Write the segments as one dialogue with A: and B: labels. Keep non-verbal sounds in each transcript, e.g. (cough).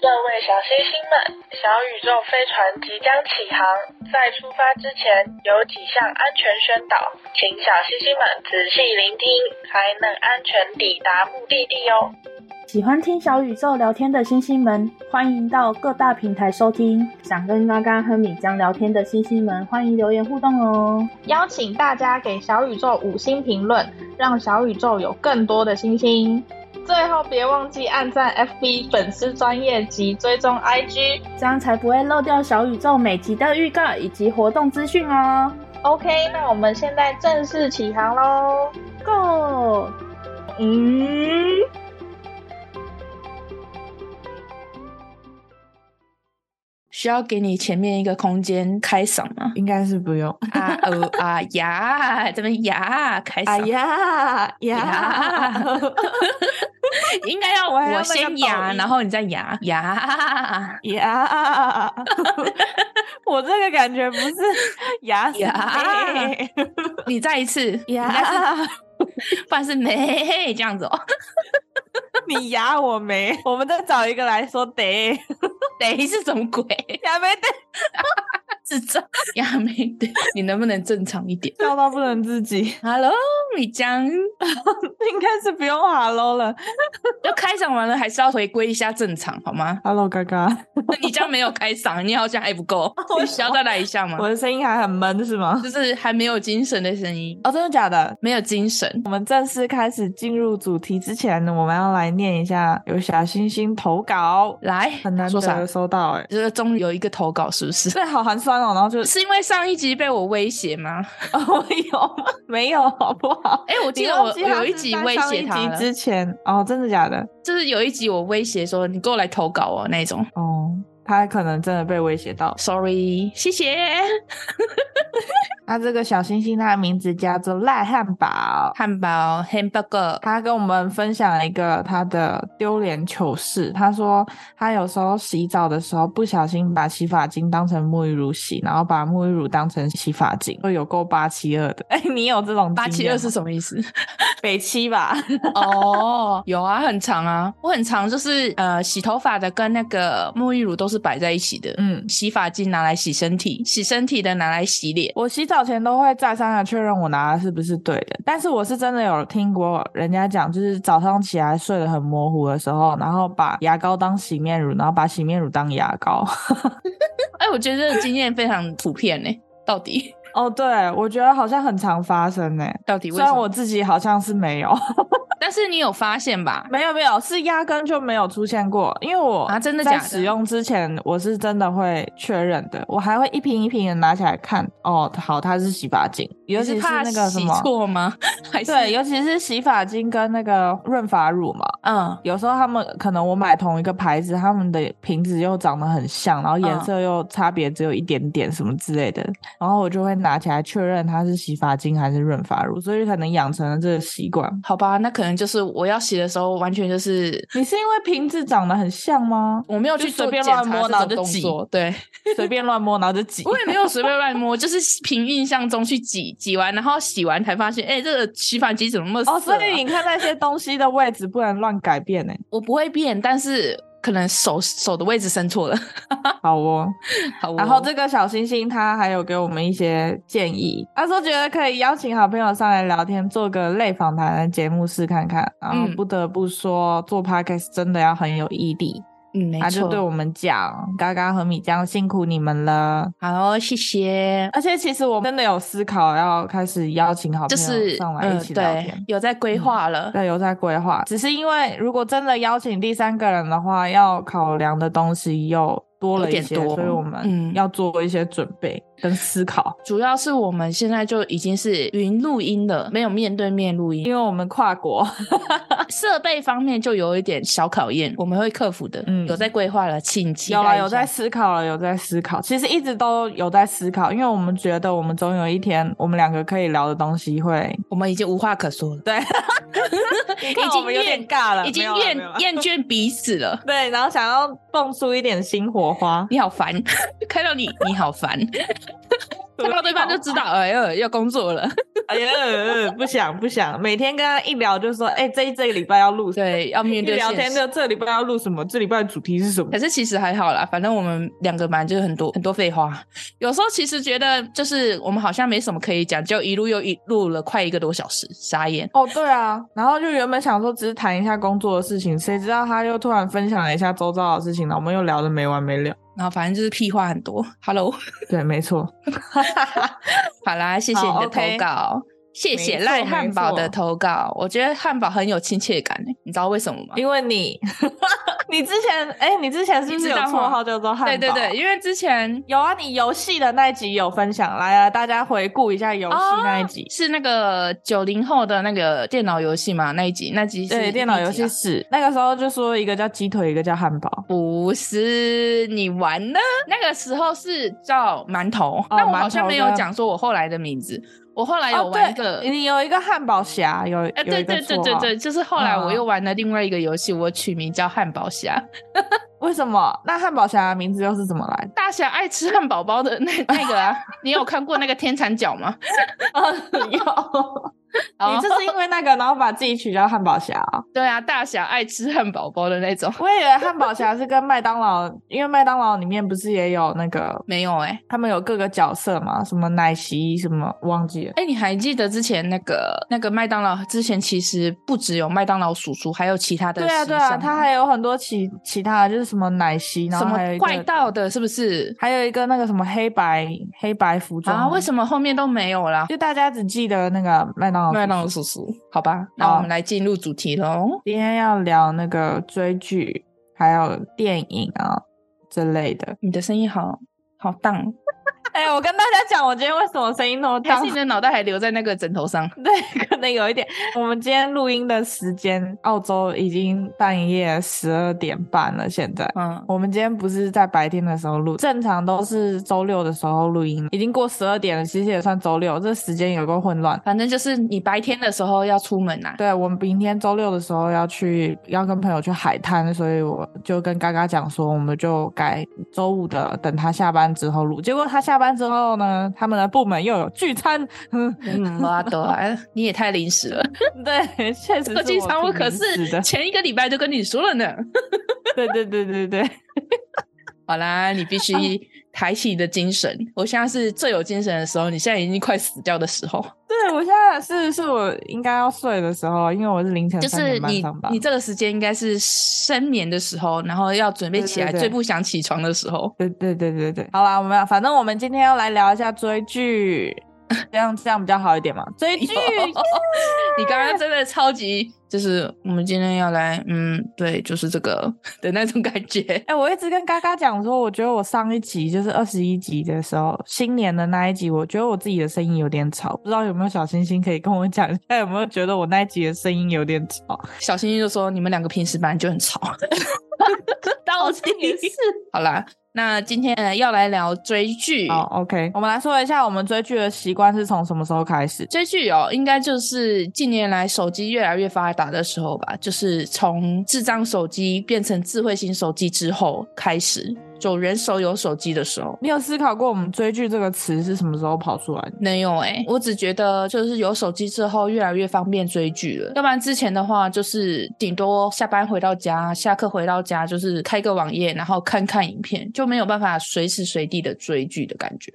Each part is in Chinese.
A: 各位小星星们，小宇宙飞船即将起航，在出发之前有几项安全宣导，请小星星们仔细聆听，才能安全抵达目的地哦。
B: 喜欢听小宇宙聊天的星星们，欢迎到各大平台收听。想跟嘎嘎和米江聊天的星星们，欢迎留言互动哦。
C: 邀请大家给小宇宙五星评论，让小宇宙有更多的星星。最后别忘记按赞 FB 粉丝专业及追踪 IG。
B: 这样才不会漏掉小宇宙每集的预告以及活动资讯哦。
C: OK，那我们现在正式起航喽
B: ，Go！
C: 嗯，
B: 需要给你前面一个空间开嗓吗？
D: 应该是不用。
B: 啊哦啊呀，这边呀开啊
D: 哎
B: 嗓。
D: 呀呀
B: 应该要
D: 我还要
B: 我
D: 那个
B: 先牙，
D: 抖音
B: 然后你再牙牙
D: 呀！ (laughs) 我这个感觉不
B: (laughs)
D: 是牙
B: 呀
D: 呀 (laughs)
B: 你再一次，应该是
D: 呀！
B: 不然是没这样子 (laughs) 哦。
D: 你牙我没，我们再找一个来说得
B: 得是什么鬼？
D: 牙没
B: (laughs)
D: 得，
B: 智障呀没对，你能不能正常一点
D: 笑到不能自己，
B: ？Hello，米江，
D: 应该是不用 hello 了
B: 要开嗓完了，还是要回归一下正常
D: (laughs)
B: 好吗？
D: ，hello 嘎嘎，
B: 你这样没有开嗓，你好像还
D: (laughs)
B: 不够，你需要再来一下吗
D: 哦我？的声音还很闷是吗？
B: 就是还没有精神的声音，
D: 哦，真的假的？
B: 没有精神。
D: 我们正式开始进入主题之前，我们要来念一下有小星星投稿，
B: 来，
D: 很难
B: 说啥
D: 得？收到哎、
B: 就是终于有一个投稿，是不 (laughs) 是？
D: 这好寒酸哦，然后
B: (laughs)
D: 就 (laughs)
B: 是因为上一集被我威胁吗？
D: 哦，有吗？没有，好不好？
B: 哎、我记
D: 你
B: 得
D: 忘
B: 我
D: 记他
B: 有一
D: 是
B: 集
D: 在
B: 威
D: 上
B: 胁
D: 一
B: 他
D: 集
B: 了，
D: 之前哦，真的假的？
B: 就是有一集我威胁说你给我来投稿哦那一种。
D: 哦，他可能真的被威胁到。
B: Sorry，谢谢。
D: 那这个小星星，他的名字叫做赖汉堡。
B: 汉堡 hamburger，
D: 他跟我们分享了一个他的丢脸糗事。他说，他有时候洗澡的时候不小心把洗发精当成沐浴乳洗，然后把沐浴乳当成洗发精，就有够八七二的。哎、 (laughs) 你有这种
B: 八七二
D: 经验吗
B: 是什么意思？
D: 北七吧？
B: 哦，有啊，很长啊，我很长，就是呃，洗头发的跟那个沐浴乳都是摆在一起的，
D: 嗯，
B: 洗发精拿来洗身体，洗身体的拿来洗脸。
D: 我洗澡前都会再三的确认我拿的是不是对的，但是我是真的有听过人家讲，就是早上起来睡得很模糊的时候，然后把牙膏当洗面乳，然后把洗面乳当牙膏。 (laughs)
B: 哎、我觉得这个经验非常普遍呢、欸
D: (laughs)
B: 到底
D: 哦，对，我觉得好像很常发生呢、
B: 到底为
D: 虽
B: 什
D: 然
B: 么？
D: 我自己好像是没有， (laughs)
B: 但是你有发现吧？
D: 没有没有，是压根就没有出现过。因为我
B: 啊真的
D: 在
B: 假的
D: 使用之前，我是真的会确认的，我还会一瓶一瓶的拿起来看。哦，好，它是洗发精，尤
B: 你
D: 其
B: 是怕
D: 那个什
B: 洗
D: 么，
B: 错吗？还是
D: 对，尤其是洗发精跟那个润发乳嘛。
B: 嗯，
D: 有时候他们可能我买同一个牌子，他们的瓶子又长得很像，然后颜
B: 嗯
D: 色又差别只有一点点什么之类的，然后我就会拿起来确认它是洗发精还是润发乳，所以可能养成了这个习惯。
B: 好吧，那可能就是我要洗的时候，完全就是
D: 你是因为瓶子长得很像吗？
B: 我没有
D: 就
B: 去做
D: 随便
B: 检
D: 乱
B: 查
D: 摸
B: 这
D: 然后
B: 种
D: 就
B: 动
D: 挤
B: 作，对
D: 随便乱摸然后就挤？
B: 我也没有随便乱摸， (laughs) 就是凭印象中去挤，挤完然后洗完才发现，哎、这个洗发机怎么那么色啊、
D: 哦，所以你看那些东西的位置不能乱改变欸
B: (laughs)
D: 呢、
B: 我不会变，但是可能手手的位置伸错了。
D: 好哦。
B: (laughs) 好哦，
D: 然后这个小星星他还有给我们一些建议，他说觉得可以邀请好朋友上来聊天，做个类访谈的节目试看看。然后
B: 嗯
D: 不得不说，做 podcast 真的要很有毅力。
B: 嗯，没
D: 他就啊对
B: 错。
D: 我们讲，嘎嘎和米酱辛苦你们了。
B: 好，谢谢。
D: 而且其实我真的有思考要开始邀请好
B: 就
D: 朋
B: 是
D: 友上来一起聊
B: 嗯、
D: 天。嗯
B: 对，有在规划了。
D: 对，有在规划，只是因为如果真的邀请第三个人的话，要考量的东西又多
B: 有
D: 了一
B: 点
D: 些，
B: 多
D: 所以我
B: 嗯
D: 们要做一些准备跟思考，
B: 主要是我们现在就已经是云录音了，没有面对面录音，
D: 因为我们跨国，
B: (laughs)
D: (laughs)
B: 设备方面就有一点小考验，我们会克服的。
D: 嗯
B: 有在规划了，请期
D: 有
B: 待
D: 了
B: 一
D: 有
B: 下
D: 在思考了，有在思考，其实一直都有在思考，因为我们觉得我们总有一天，我们两个可以聊的东西会，
B: 我们已经无话可说了， (laughs)
D: 对，已
B: 已经
D: 有
B: 厌
D: 点尬了，
B: 已经
D: 没有啦
B: 厌
D: 没有啦
B: 厌倦彼此了。
D: 对，然后想要蹦出一点新火花，
B: 你好烦，看到你你好烦，看到对方就知道，哎呦，要工作了，
D: 哎呀，不想不想，每天跟他一聊就说，哎、这一这个礼拜要录什么，
B: 对，要面
D: 一
B: 对
D: 聊
B: 现
D: 天
B: 实
D: 就这礼拜要录什么，这礼拜的主题是什么
B: 可？是其实还好啦，反正我们两个蛮就是很多很多废话，有时候其实觉得就是我们好像没什么可以讲，就一路又一录了快一个多小时，傻眼。
D: 哦，对啊，然后就原本想说只是谈一下工作的事情，谁知道他又突然分享了一下周遭的事情，然后我们又聊得没完没了。
B: 然后反正就是屁话很多。Hello，
D: 对，没错，
B: 好啦，谢谢你
D: 好
B: 的投
D: ，OK
B: 稿，谢谢
D: 没错
B: 赖汉堡
D: 没
B: 的
D: 错
B: 投稿。我觉得汉堡很有亲切感、欸，你知道为什么吗？
D: 因为
B: (laughs)
D: 你，你之前，哎、你之前是不是有
B: 你知道吗
D: 绰号叫做汉堡？
B: 对对对，。因为之前
D: 有啊，你游戏的那一集有分享，来啊，大家回顾一下游戏
B: 哦
D: 那一集。
B: 是那个九零后的那个电脑游戏嘛，那一集那集是
D: 对，电脑游
B: 第
D: 戏
B: 几啊
D: 是那个时候就说一个叫鸡腿，一个叫汉堡。
B: 不是你玩呢？那个时候是叫馒头，
D: 哦
B: 但我好像
D: 馒头
B: 没有
D: 跟
B: 讲说我后来的名字。我后来有
D: 哦
B: 玩一
D: 对
B: 个，
D: 你有一个汉堡侠，有
B: 呃，
D: 有
B: 对
D: 一个
B: 对对
D: 绰
B: 对
D: 号
B: 对，就是后来我
D: 嗯
B: 又玩了另外一个游戏，我取名叫汉堡侠。
D: 为什么？那汉堡侠的名字又是怎么来
B: (laughs)
D: 的？ (laughs)
B: 大侠爱吃汉堡包的 (laughs) 那那个啊，你有看过那个天蚕角 (laughs) 吗？
D: 有，
B: 哦
D: 你就是因为那个，然后把自己取叫汉堡侠哦、
B: 对啊，大侠爱吃汉堡包的那种。
D: 我以为汉堡侠是跟麦当劳，因为麦当劳里面不是也有那个，
B: 没有哎、
D: 他们有各个角色嘛，什么奶昔什么忘记了。
B: 哎、你还记得之前那个那个麦当劳？之前其实不只有麦当劳叔叔，还有其他的
D: 对啊，
B: 时
D: 对啊，
B: 尚
D: 它还有很多其其他的，就是什么奶昔，然
B: 什
D: 后
B: 么
D: 还有一个
B: 怪盗的，是不是？
D: 还有一个那个什么黑白黑白服装
B: 啊，为什么后面都没有啦？
D: 就大家只记得那个麦当劳。
B: 麦当劳叔叔，好吧，那我们来进入主题喽。
D: 今天要聊那个追剧，还有电影啊之类的。
B: 你的声音好好荡，
D: 哎、我跟大家讲，我今天为什么声音那么
B: 还
D: 大
B: 是？ (laughs) 你的脑袋还留在那个枕头上？
D: 对，可能有一点。 (laughs) 我们今天录音的时间，澳洲已经半夜十二点半了。现在，
B: 嗯，
D: 我们今天不是在白天的时候录，正常都是周六的时候录音，已经过十二点了，其实也算周六，这时间有够混乱。
B: 反正就是你白天的时候要出门啊呐、
D: 对我们明天周六的时候要去，要跟朋友去海滩，所以我就跟嘎嘎讲说，我们就改周五的，等他下班之后录。结果他下班之后呢，他们的部门又有聚餐， (laughs) 嗯，
B: 嗯，哇的，哎你也太临时了。
D: 对，确实
B: 这个机场我
D: 我挺
B: 可
D: 临时
B: 是 (laughs)
D: 的，
B: 前一个礼拜就跟你说了呢。
D: 对对对对对，
B: 好啦，你必须抬起你的精神。我现在是最有精神的时候，你现在已经快死掉的时候，
D: 对我现在是是我应该要睡的时候，因为我是凌晨
B: 就
D: 三
B: 是
D: 点半
B: 你
D: 上班。
B: 你这个时间应该是深眠的时候，然后要准备
D: 对
B: 起
D: 对
B: 来，
D: 对
B: 最不想起床的时候。
D: 对对对对对，好啦，我们反正我们今天要来聊一下追剧，这样这样比较好一点嘛。追剧
B: 你刚刚真的超级，就是我们今天要来，嗯，对，就是这个的那种感觉。
D: 哎、我一直跟嘎嘎讲说，我觉得我上一集就是二十一集的时候，新年的那一集，我觉得我自己的声音有点吵，不知道有没有小星星可以跟我讲一下，有没有觉得我那一集的声音有点吵？
B: 小星星就说：“你们两个平时本来就很吵。
D: 道歉也是。”
B: 好啦，那今天呃要来聊追剧。
D: 好，OK，我们来说一下我们追剧的习惯是从什么时候开始？
B: 追剧哦，应该就是近年来手机越来越发达的时候吧，就是从智障手机变成智慧型手机之后开始，就人手有手机的时候。
D: 你有思考过我们追剧这个词是什么时候跑出来的？
B: 没有哎、我只觉得就是有手机之后越来越方便追剧了，要不然之前的话就是顶多下班回到家，下课回到家就是开个网页，然后看看影片，就没有办法随时随地的追剧的感觉。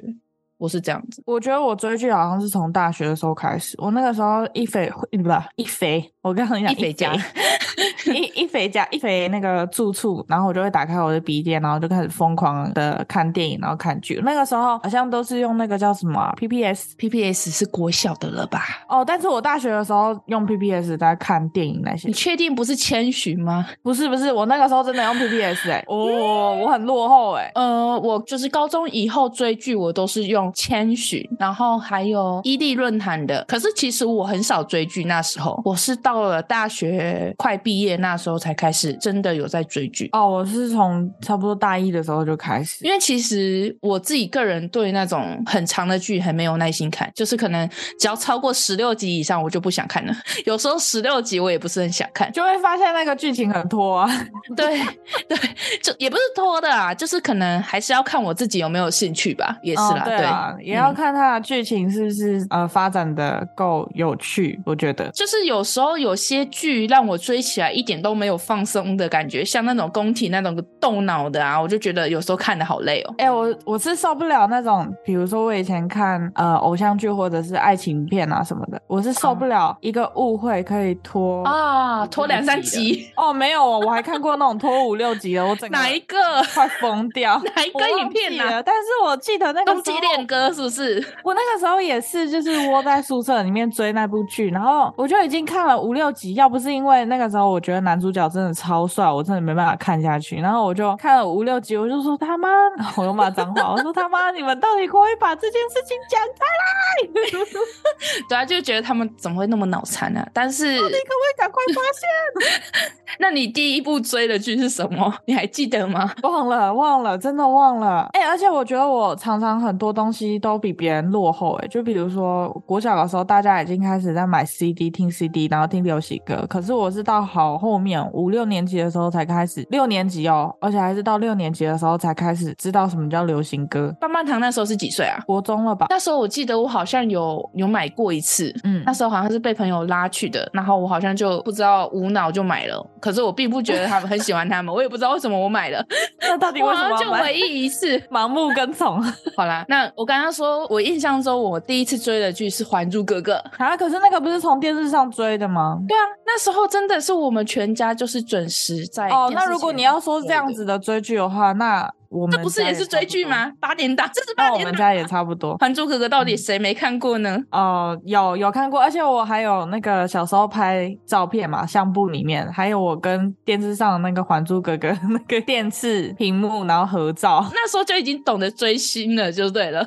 B: 我是这样子，
D: 我觉得我追剧好像是从大学的时候开始，我那个时候一肥不一肥，我刚刚讲
B: 一肥家
D: (laughs) 一一肥家一肥那个住处，然后我就会打开我的笔电，然后就开始疯狂的看电影，然后看剧。那个时候好像都是用那个叫什么啊、PPS
B: PPS 是国小的了吧？
D: 哦，但是我大学的时候用 PPS 在看电影那些
B: 你，确定不是千寻吗？
D: 不是不是，我那个时候真的用 PPS 哎、
B: (laughs)
D: 哦，我很落后哎、
B: 呃，我就是高中以后追剧，我都是用千寻，然后还有伊利论坛的。可是其实我很少追剧，那时候我是到了大学快毕业姐那时候才开始真的有在追剧。
D: 哦，我是从差不多大一的时候就开始，
B: 因为其实我自己个人对那种很长的剧很没有耐心看，就是可能只要超过十六集以上，我就不想看了。有时候十六集我也不是很想看，
D: 就会发现那个剧情很拖啊。
B: (laughs) 对对，就也不是拖的啊，就是可能还是要看我自己有没有兴趣吧，也是啦，
D: 嗯对啦，也要
B: 嗯
D: 看它的剧情是不是、呃发展的够有趣，我觉得。
B: 就是有时候有些剧让我追起来一点都没有放松的感觉，像那种宫体那种动脑的啊，我就觉得有时候看的好累哦。
D: 哎、我我是受不了那种，比如说我以前看呃偶像剧或者是爱情片啊什么的，我是受
B: 嗯
D: 不了一个误会可以拖。
B: 啊，拖两三集，
D: 哦，没有哦，我还看过那种拖五六集的，我整个
B: 哪一个？
D: 快疯掉。
B: (laughs) 哪一
D: 啊我
B: 个影
D: 忘
B: 片啊
D: 记
B: 呢、
D: 了但是我记得那个
B: 冬季
D: 时候
B: 恋歌是不是？
D: 我那个时候也是，就是窝在宿舍里面追那部剧，然后我就已经看了五六集，要不是因为那个时候我觉得男主角真的超帅，我真的没办法看下去，然后我就看了五六集，我就说他妈， (laughs) 我又骂脏话，我说他妈，你们到底可不可以把这件事情讲开？
B: 对啊，就觉得他们怎么会那么脑残呢、但是，
D: 你可不可以赶快发现？
B: 那你第一部追的剧是什么？你还记得吗？
D: (laughs) 忘了，忘了，真的忘了。哎、而且我觉得我常常很多东西都比别人落后、哎，就比如说国小的时候，大家已经开始在买 CD 听 CD，然后听流行歌，可是我是到好后面五六年级的时候才开始，六年级哦，而且还是到六年级的时候才开始知道什么叫流行歌，
B: 棒棒糖那时候是几岁啊？
D: 国中了吧？
B: 那时候我记得我好像有有买过一次，
D: 嗯
B: 那时候好像是被朋友拉去的，然后我好像就不知道无脑就买了，可是我并不觉得他们很喜欢他们，我也不知道为什么我买了， (laughs)
D: 那到底
B: 我
D: 为
B: 好
D: 什
B: 像
D: 么
B: 就
D: 要买
B: 唯一一次。
D: (laughs) 盲目跟从
B: 好啦，那我刚刚说，我印象中我第一次追的剧是《还珠格格》，
D: 啊？可是那个不是从电视上追的吗？
B: 对啊，那时候真的是我们全家就是准时在
D: 哦，
B: 电视
D: 那如果
B: 前
D: 你要说
B: 追
D: 这样
B: 的
D: 子的追剧的话，那我们
B: 这不是
D: 家
B: 也是
D: 差
B: 追
D: 不
B: 剧
D: 多？
B: 吗？八点档，这是八
D: 那我
B: 点档。
D: 们家也差不多。
B: 《还珠格格》到底谁没看过呢？ (laughs)
D: 哦，有有看过，而且我还有那个小时候拍照片嘛，相簿里面，还有我跟电视上的那个《还珠格格》那个电视屏幕，然后合照。 (laughs)
B: 那时候就已经懂得追星了，就对了。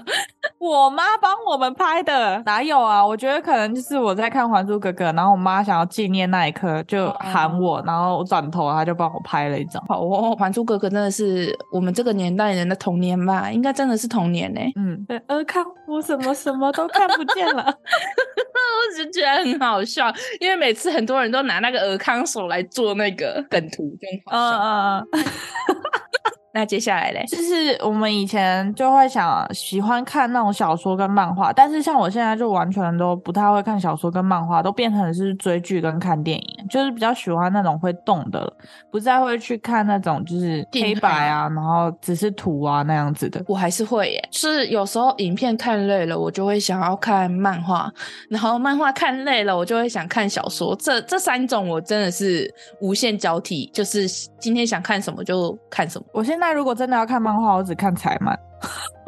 D: 我妈帮我们拍的，哪有啊？我觉得可能就是我在看《还珠格格》，然后我妈想要纪念那一刻，就喊我，然后我转头，她就帮我拍了一张。
B: 好哦，《还珠格格》真的是我们这个年代人的童年吧，应该真的是童年呢、
D: 嗯，对，呃，看我怎么什么都看不见了。
B: 我只是觉得很好笑，因为每次很多人都拿那个尔康手来做那个梗图，就很
D: (laughs)
B: 好
D: 嗯
B: 笑。
D: 嗯嗯。
B: 哦那接下来嘞，
D: 就是我们以前就会想喜欢看那种小说跟漫画，但是像我现在就完全都不太会看小说跟漫画，都变成是追剧跟看电影，就是比较喜欢那种会动的了，不再会去看那种就是
B: 静态
D: 黑白啊，然后只是图啊那样子的。
B: 我还是会耶，就是有时候影片看累了，我就会想要看漫画，然后漫画看累了，我就会想看小说。这这三种我真的是无限交替，就是今天想看什么就看 (laughs) 什么。
D: 我现在如果真的要看漫画，我只看彩漫。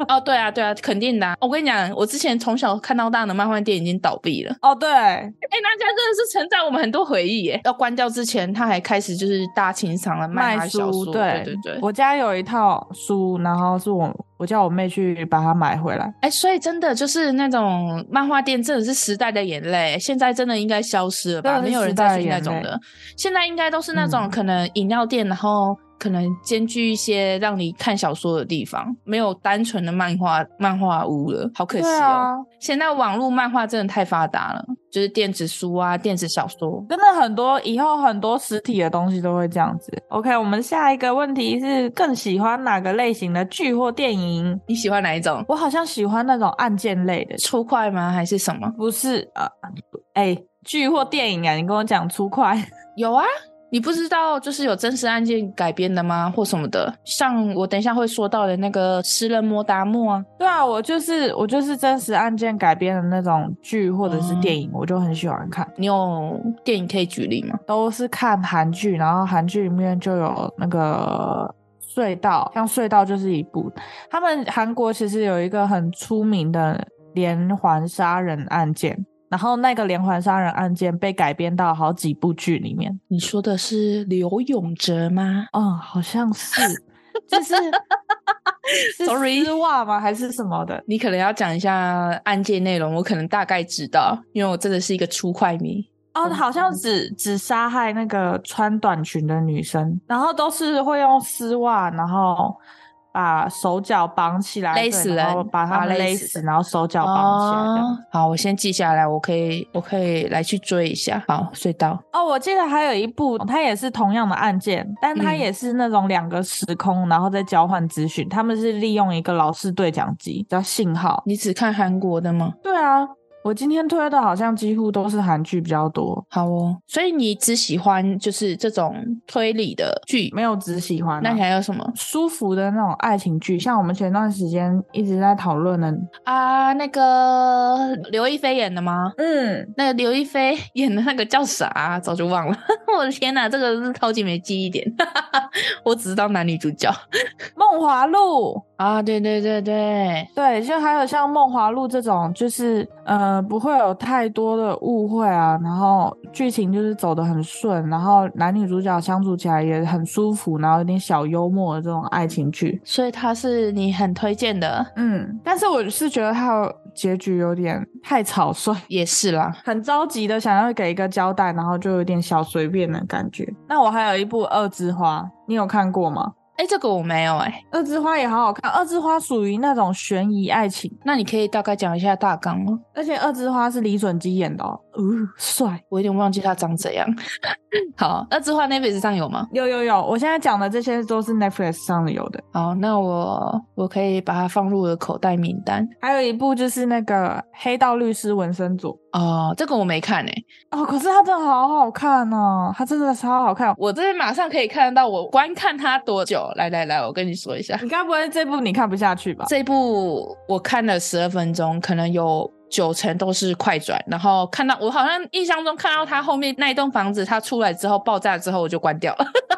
B: 哦，对啊，对啊，肯定的啊、我跟你讲，我之前从小看到大的漫画店已经倒闭了。
D: 哦，对，
B: 哎，那家真的是承载我们很多回忆耶。要关掉之前，他还开始就是大清仓了卖他
D: 卖
B: 的小
D: 书，
B: 说，对对对。
D: 我家有一套书，然后是我我叫我妹去把它买回来。
B: 哎，所以真的就是那种漫画店，真的是时代的眼泪。现在真的应该消失了吧？
D: 真的是
B: 没有人
D: 时代
B: 再
D: 的
B: 去那
D: 眼
B: 种
D: 泪
B: 的。现在应该都是那种
D: 嗯
B: 可能饮料店，然后可能兼具一些让你看小说的地方，没有单纯的漫画漫画屋了，好可惜
D: 对
B: 哦。
D: 啊，
B: 现在网络漫画真的太发达了，就是电子书啊、电子小说。
D: 真的很多，以后很多实体的东西都会这样子。OK，我们下一个问题是更喜欢哪个类型的剧或电影？
B: 你喜欢哪一种？
D: 我好像喜欢那种案件类的，
B: 粗快吗？还是什么？
D: 不是呃，哎、剧或电影啊，你跟我讲粗快。 (laughs)
B: 有啊，你不知道就是有真实案件改编的吗？或什么的？像我等一下会说到的那个《诗人摩达莫》啊，
D: 对啊，我就是我就是真实案件改编的那种剧或者是电影，我就很喜欢看。
B: 你有电影可以举例吗？
D: 都是看韩剧，然后韩剧里面就有那个隧道，像隧道就是一部。他们韩国其实有一个很出名的连环杀人案件，然后那个连环杀人案件被改编到好几部剧里面。
B: 你说的是刘永哲吗？
D: 嗯，好像是，就是 (laughs) 是
B: Sorry
D: 丝袜吗？还是什么的？
B: 你可能要讲一下案件内容，我可能大概知道，因为我真的是一个粗快迷。
D: 哦，好像只只杀害那个穿短裙的女生，然后都是会用丝袜，然后把手脚绑起来，
B: 勒
D: 对
B: 死
D: 然
B: 人
D: 后把
B: 把
D: 他
B: 勒
D: 勒
B: 死
D: 死，然后手脚绑起来这样。
B: 哦好，我先记下来，我可以我可以来去追一下。好，隧道
D: 哦，我记得还有一部，它也是同样的案件，但它
B: 嗯
D: 也是那种两个时空，然后再交换资讯。他们是利用一个老式对讲机叫信号。
B: 你只看韩国的吗？
D: 对啊，我今天推的好像几乎都是韩剧比较多，
B: 好哦，所以你只喜欢就是这种推理的剧，
D: 没有只喜欢啊、
B: 那你还有什么
D: 舒服的那种爱情剧，像我们前段时间一直在讨论的，
B: 啊？那个刘亦菲演的吗？
D: 嗯，
B: 那个刘亦菲 (laughs) 演的那个叫啥啊、早就忘了。 (laughs) 我的天哪，这个是超级没记忆点。 (laughs) 我只知道男女主角
D: 《梦华录》。
B: 啊，对对对对，
D: 对，就还有像《梦华录》这种，就是呃不会有太多的误会啊，然后剧情就是走得很顺，然后男女主角相处起来也很舒服，然后有点小幽默的这种爱情剧。
B: 所以他是你很推荐的，
D: 嗯，但是我是觉得它的结局有点太草率，
B: 也是啦。
D: 很着急的想要给一个交代，然后就有点小随便的感觉。那我还有一部《二之花》，你有看过吗？
B: 哎，这个我没有哎、
D: 《二之花》也好好看，《二之花》属于那种悬疑爱情，
B: 那你可以大概讲一下大纲吗？
D: 而且《二之花》是李准基演的哦，哦，帅。
B: 我有点忘记他长怎样。 (laughs) 好，那之花 Netflix 上有吗？
D: 有有有，我现在讲的这些都是 Netflix 上的有的，
B: 好，那我我可以把它放入我的口袋名单。
D: 还有一部就是那个《黑道律师文森佐》
B: 哦，这个我没看诶、
D: 哦，可是它真的好好看哦，它真的超好看。
B: 我这边马上可以看得到我观看它多久。来来来，我跟你说一下，
D: 你该不会这部你看不下去吧？
B: 这一部我看了十二分钟，可能有九成都是快转，然后看到我好像印象中看到它后面那一栋房子它出来之后爆炸之后我就关掉了。 (laughs)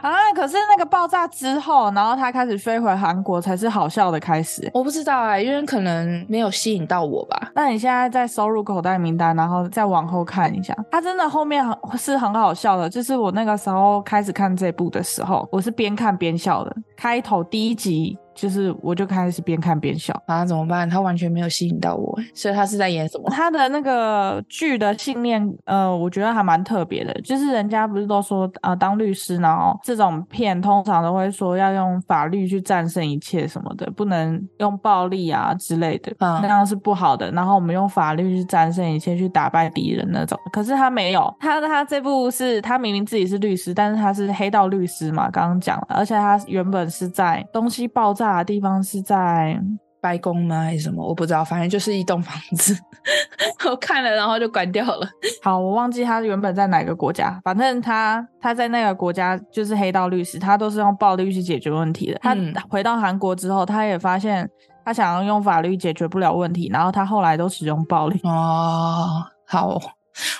D: 啊，可是那个爆炸之后，然后他开始飞回韩国，才是好笑的开始。
B: 我不知道啊、因为可能没有吸引到我吧。
D: 那你现在再收入口袋名单，然后再往后看一下，它真的后面很是很好笑的。就是我那个时候开始看这部的时候，我是边看边笑的。开头第一集就是我就开始边看边笑。
B: 啊，怎么办？它完全没有吸引到我，欸所以它是在演什么？
D: 他的那个剧的信念，呃，我觉得还蛮特别的。就是人家不是都说，呃，当律师，然后这种片通常都会说要用法律去战胜一切什么的，不能用暴力啊之类的，
B: 嗯
D: 那样是不好的。然后我们用法律去战胜一切，去打败敌人那种。可是他没有，他他这部是他明明自己是律师，但是他是黑道律师嘛，刚刚讲了，而且他原本是在东西爆炸的地方是在
B: 白宫吗？还是什么？我不知道，反正就是一栋房子。 (laughs) 我看了，然后就关掉了。
D: 好，我忘记他原本在哪个国家，反正他他在那个国家就是黑道律师，他都是用暴力去解决问题的。他
B: 嗯
D: 回到韩国之后，他也发现他想要用法律解决不了问题，然后他后来都使用暴力，
B: 哦，好，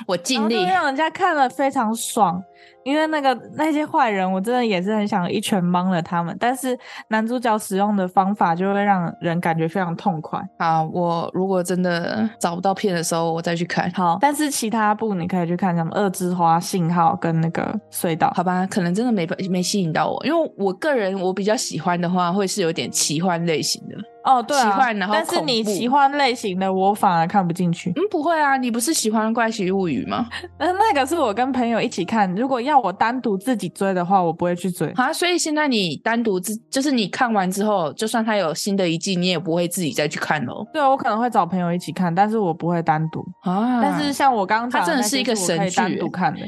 B: 我
D: 然
B: 尽
D: 后就
B: 力。
D: 让人家看了非常爽。因为那个那些坏人，我真的也是很想一拳帮了他们，但是男主角使用的方法就会让人感觉非常痛快。
B: 好，啊我如果真的找不到片的时候，我再去看。
D: 好，但是其他部你可以去看，什么《二之花》、《信号》跟那个隧道。
B: 好吧，可能真的没没吸引到我，因为我个人我比较喜欢的话，会是有点奇幻类型的。
D: 哦，对、啊，
B: 奇幻然后
D: 但是
B: 恐
D: 你
B: 怖
D: 奇幻类型的我反而看不进去。
B: 嗯，不会啊，你不是喜欢《怪奇物语》吗？
D: (laughs) 那那个是我跟朋友一起看，如果要我单独自己追的话，我不会去追。
B: 啊，所以现在你单独自就是你看完之后，就算它有新的一季，你也不会自己再去看喽。
D: (laughs) 对，我可能会找朋友一起看，但是我不会单独。
B: 啊，
D: 但是像我刚刚
B: 它
D: 讲
B: 真
D: 那
B: 的
D: 些
B: 是
D: 是
B: 一个
D: 我可以
B: 神
D: 单
B: 剧
D: 独
B: 欸
D: 看的。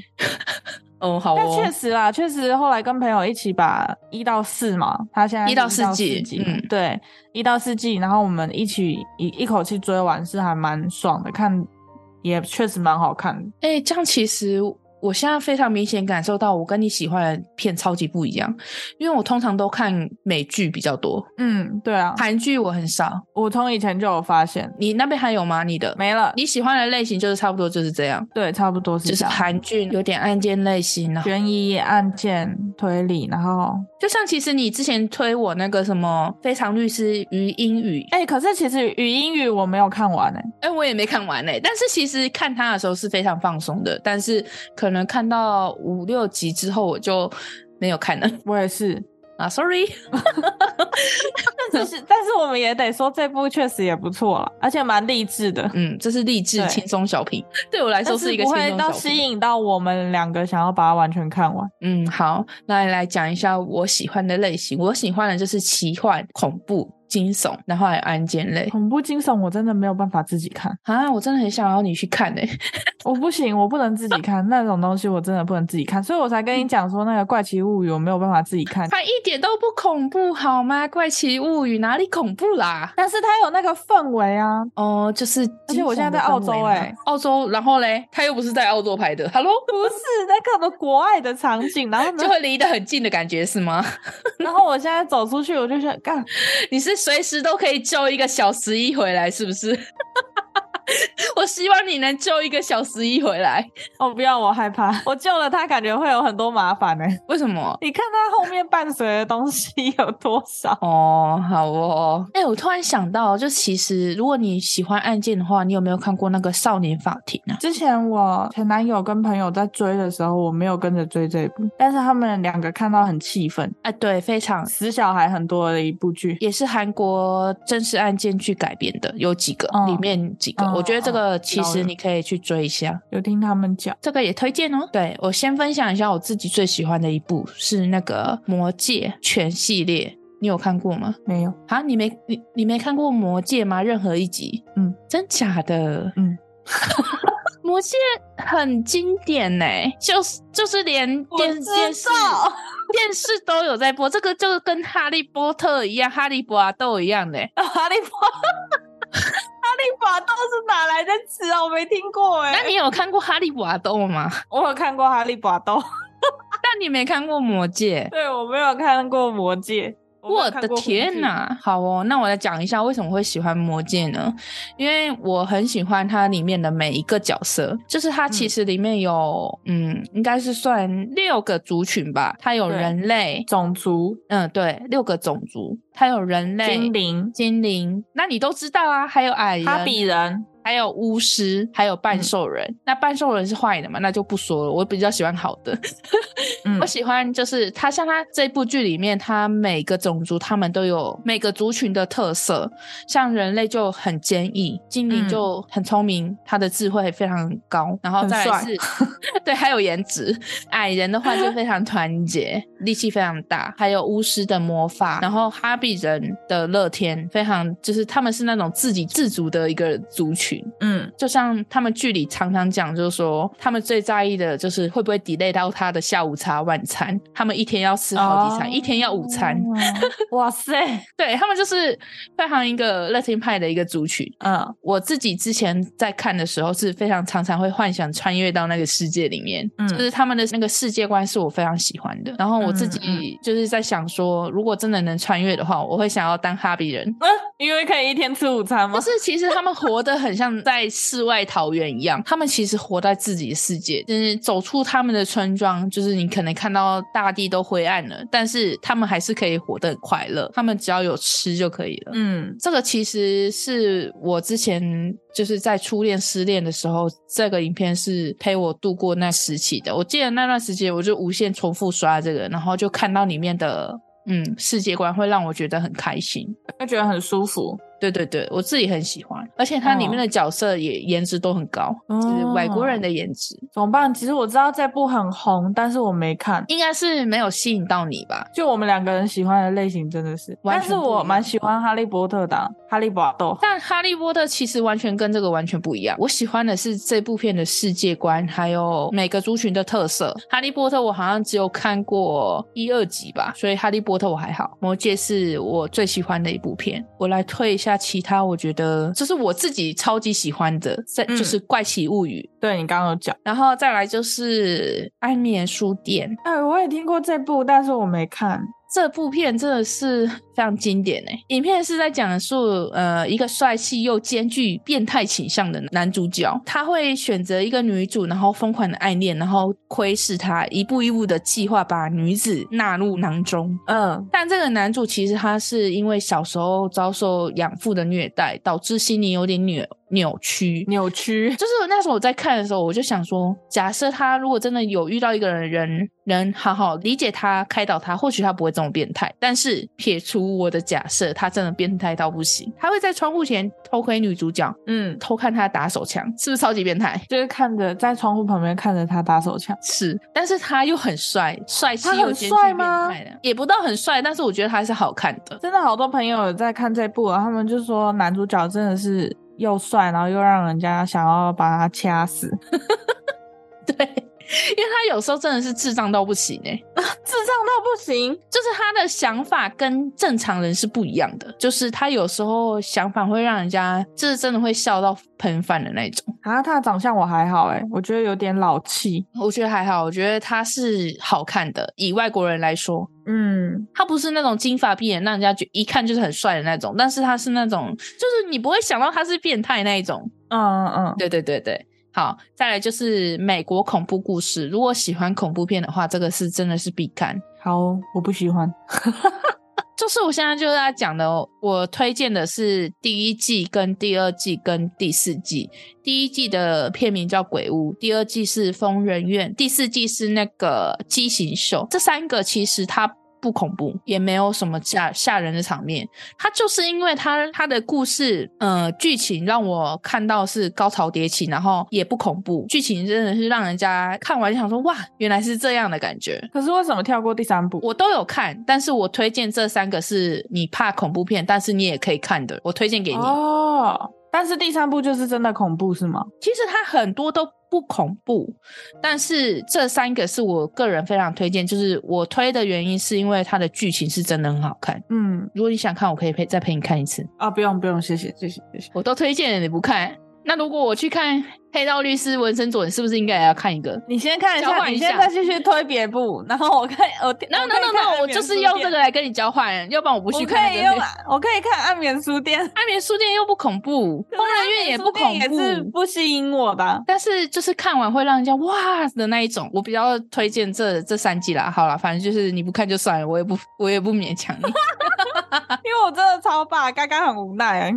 B: 哦，好
D: 但确
B: 哦，
D: 实啦，确实后来跟朋友一起把一到四嘛，他现在
B: 一
D: 是
B: 到
D: 一
B: 四季
D: 季
B: 嗯
D: 对，一到四季，然后我们一起一一口气追完是还蛮爽的，看也确实蛮好看的。
B: 哎、这样其实我现在非常明显感受到，我跟你喜欢的片超级不一样，因为我通常都看美剧比较多，
D: 嗯，对啊，
B: 韩剧我很少。
D: 我从以前就有发现，
B: 你那边还有吗？你的
D: 没了。
B: 你喜欢的类型就是差不多就是这样，
D: 对，差不多是
B: 就是
D: 这样。
B: 韩剧有点案件类型，啊然后
D: 悬疑案件推理，然后
B: 就像其实你之前推我那个什么《非常律师于英语》，
D: 哎、可是其实语音语我没有看完哎、
B: 哎、我也没看完哎、但是其实看它的时候是非常放松的，但是可能看到五六集之后我就没有看了。 (laughs)
D: 我也是，
B: 啊，sorry，
D: 但是但是我们也得说这部确实也不错了，而且蛮励志的。
B: 嗯，这是励志
D: 对
B: 轻松小品， (laughs) 对我来说
D: 但
B: 是
D: 是
B: 一个
D: 不
B: 轻
D: 会
B: 松
D: 到
B: 小
D: 吸
B: 品。
D: 引到我们两个想要把它完全看完。
B: 嗯，好，那来讲一下我喜欢的类型，我喜欢的就是奇幻、恐怖、惊悚，然后还有案件类。
D: 恐怖惊悚我真的没有办法自己看，
B: 啊，我真的很想要你去看欸诶、
D: 我不行，我不能自己看那种东西，我真的不能自己看，所以我才
B: 嗯
D: 跟你讲说那个《怪奇物语》我没有办法自己
B: (laughs)
D: 看，
B: 它一点都不恐怖好吗？怪奇物语哪里恐怖啦？
D: 但是它有那个氛围啊，
B: 哦、就是
D: 而
B: 惊悚的氛围啦，
D: 且我现在在澳洲欸
B: 澳洲，然后嘞，它又不是在澳洲拍的，Hello， (laughs)
D: 不是那个国外的场景，然后呢
B: 就，会离得很近的感觉是吗？ (laughs)
D: (laughs) 然后我现在走出去，我就想干，
B: 你是随时都可以救一个小十一回来，是不是？ (laughs) 我希望你能救一个小十一回来。
D: 哦，不要，我害怕， (laughs) 我救了他，感觉会有很多麻烦呢、 (laughs)
B: 为什么？
D: 你看他后面伴随的东西有多少？
B: 哦，好哦。哎、我突然想到，就其实如果你喜欢案件的话，你有没有看过那个《少年法庭》啊？
D: 之前我前男友跟朋友在追的时候，我没有跟着追这部，但是他们两个看到很气愤，
B: 哎，对，非常，
D: 死小孩很多的一部剧。
B: 也是韩国真实案件去改编的，有几个，
D: 嗯
B: 里面几个，
D: 嗯
B: 我觉得这个其
D: 了
B: 实
D: 解
B: 你可以去追一下。
D: 有听他们讲，
B: 哦这个也推荐哦。对我先分享一下我自己最喜欢的一部是那个《魔戒》全系列，你有看过吗？
D: 没有？
B: 啊，你没你你没看过《魔戒》吗？任何一集？
D: 嗯，
B: 真假的？
D: 嗯。
B: (laughs) 魔戒很经典呢、就是就是连电
D: 知
B: 电视
D: 道
B: 电视都有在播，这个就跟哈利波特一样，哈利波特一样呢、
D: (laughs) 哈利波哈利波特是哪来的词啊？我没听过哎、
B: (laughs) 那你有看过哈利波特吗？
D: 我有看过《哈利波特》，
B: (laughs) 但你没看过魔戒，
D: 对我没有看过《魔戒》没有
B: 我
D: 看
B: 的
D: 过红
B: 天
D: 剧
B: 呐！好哦，那我来讲一下为什么会喜欢《魔戒》呢？因为我很喜欢它里面的每一个角色，就是它其
D: 嗯
B: 实里面有，嗯，应该是算六个族群吧。它有
D: 对
B: 人类，
D: 种族、
B: 嗯，对，六个种族，它有人类、
D: 精、灵、
B: 精灵，那你都知道啊，还有矮人、
D: 哈比人，
B: 还有巫师，还有半
D: 嗯
B: 兽人。那半兽人是坏的嘛？那就不说了。我比较喜欢好的，
D: 嗯
B: 我喜欢就是他像他这部剧里面，他每个种族他们都有每个族群的特色。像人类就很坚毅，精灵
D: 嗯
B: 就很聪明，他的智慧非常高，然后
D: 很
B: 再来
D: 帅
B: 是， (laughs) 对，还有颜值。矮人的话就非常团结， (laughs) 力气非常大，还有巫师的魔法，然后哈比人的乐天非常就是他们是那种自给自足的一个族群，
D: 嗯，
B: 就像他们剧里常常讲，就是说他们最在意的就是会不会 delay 到他的下午茶、晚餐，他们一天要吃好几餐，一天要午餐，
D: 哦。 (laughs) 哇塞，
B: 对他们就是非常一个乐天派的一个族群。
D: 嗯
B: 我自己之前在看的时候是非常常常会幻想穿越到那个世界里面，
D: 嗯
B: 就是他们的那个世界观是我非常喜欢的。然后我自
D: 嗯
B: 己就是在想说，如果真的能穿越的话，我会想要当哈比人。
D: 嗯，因为可以一天吃午餐吗
B: 但？是其实他们活得很像在世外桃源一样，他们其实活在自己的世界，就是走出他们的村庄，就是你可能看到大地都灰暗了，但是他们还是可以活得很快乐，他们只要有吃就可以了。
D: 嗯
B: 这个其实是我之前就是在初恋失恋的时候，这个影片是陪我度过那时期的。我记得那段时间，我就无限重复刷这个，然后就看到里面的嗯世界观，会让我觉得很开心。
D: 会觉得很舒服，
B: 对对对，我自己很喜欢，而且它里面的角色也颜值都很高，就是外国人的颜值，
D: 怎么办？其实我知道这部很红，但是我没看。
B: 应该是没有吸引到你吧？
D: 就我们两个人喜欢的类型真的是，
B: 完
D: 但
B: 全
D: 是
B: 不一
D: 我
B: 样
D: 蛮喜欢哈利波特的啊、哈利波特。
B: 但《哈利波特》其实完全跟这个完全不一样。我喜欢的是这部片的世界观，还有每个族群的特色。《哈利波特》我好像只有看过一二集吧，所以《哈利波特》我还好。《魔戒》是我最喜欢的一部片。我来推一下其他，我觉得就是我自己超级喜欢的，在
D: 嗯
B: 就是《怪奇物语》
D: 对你刚刚有讲，
B: 然后再来就是《安眠书店》
D: 哎，我也听过这部，但是我没看。
B: 这部片，真的是非常经典诶、欸影片是在讲述呃一个帅气又兼具变态倾向的男主角，他会选择一个女主，然后疯狂的暗恋，然后窥视她，一步一步的计划把女子纳入囊中。
D: 嗯
B: 但这个男主其实他是因为小时候遭受养父的虐待，导致心理有点扭扭曲，
D: 扭曲。 (laughs)
B: 就是我那时候我在看的时候，我就想说，假设他如果真的有遇到一个人，人能好好理解他、开导他，或许他不会这么变态。但是撇除读我的假设，他真的变态到不行，他会在窗户前偷窥女主角，
D: 嗯，
B: 偷看她打手枪，是不是超级变态？ (laughs)
D: 就是看着在窗户旁边看着他打手枪，
B: 是，但是他又很帅，帅气
D: 他
B: 又
D: 很
B: 兼具
D: 帅
B: 变
D: 吗
B: 态的，也不到很帅，但是我觉得他还是好看的。 (laughs)
D: 真的好多朋友有在看这部啊，他们就说男主角真的是又帅，然后又让人家想要把他掐死， (laughs)
B: 对，因为他有时候真的是智障到不行哎、
D: 智障到不行。
B: 就是他的想法跟正常人是不一样的，就是他有时候想法会让人家就是真的会笑到喷饭的那种。
D: 啊，他的长相我还好哎、我觉得有点老气。
B: 我觉得还好，我觉得他是好看的，以外国人来说。
D: 嗯，
B: 他不是那种金发碧眼，让人家觉一看就是很帅的那种，但是他是那种，就是你不会想到他是变态那一种。
D: 嗯嗯，
B: 对对对对，好，再来就是美国恐怖故事。如果喜欢恐怖片的话，这个是真的是必看。
D: 好，我不喜欢。
B: 就是我现在就是在讲的哦，我推荐的是第一季、跟第二季、跟第四季。第一季的片名叫《鬼屋》，第二季是《疯人院》，第四季是那个《畸形秀》。这三个其实它。不恐怖，也没有什么吓吓人的场面。它就是因为它它的故事，呃，剧情让我看到是高潮迭起，然后也不恐怖，剧情真的是让人家看完就想说哇，原来是这样的感觉。
D: 可是为什么跳过第三部？
B: 我都有看，但是我推荐这三个是你怕恐怖片，但是你也可以看的，我推荐给你。
D: 哦，但是第三部就是真的恐怖是吗？
B: 其实它很多都不恐怖，但是这三个是我个人非常推荐，就是我推的原因是因为它的剧情是真的很好看。
D: 嗯，
B: 如果你想看，我可以陪再陪你看一次。
D: 啊，不用不用，谢谢谢谢谢谢。
B: 我都推荐了，你不看。那如果我去看《黑道律师纹身佐》，你是不是应该也要看一个？
D: 你先看一
B: 交
D: 下，
B: 换一
D: 你先
B: 下
D: 再继续推别部，然后我看我 (laughs)
B: 那
D: 我
B: 那
D: 可以看
B: 那那，
D: 安
B: 我
D: 眠
B: 就是
D: 书
B: 用
D: 店
B: 这个来跟你交换，要不然我不
D: 我
B: 去
D: 可
B: 看那
D: 以
B: 个。
D: 用，我可以看安眠书店，
B: 安眠书店又不恐怖，疯人院也不
D: 啊书店
B: 恐
D: 也是
B: 怖，
D: 不吸引我 (laughs) 的。
B: 但是就是看完会让人家哇的那一种，我比较推荐这这三季啦。好啦，反正就是你不看就算了，我也不我也不勉强你。 (laughs)
D: 因为我真的超霸，刚刚很无奈、啊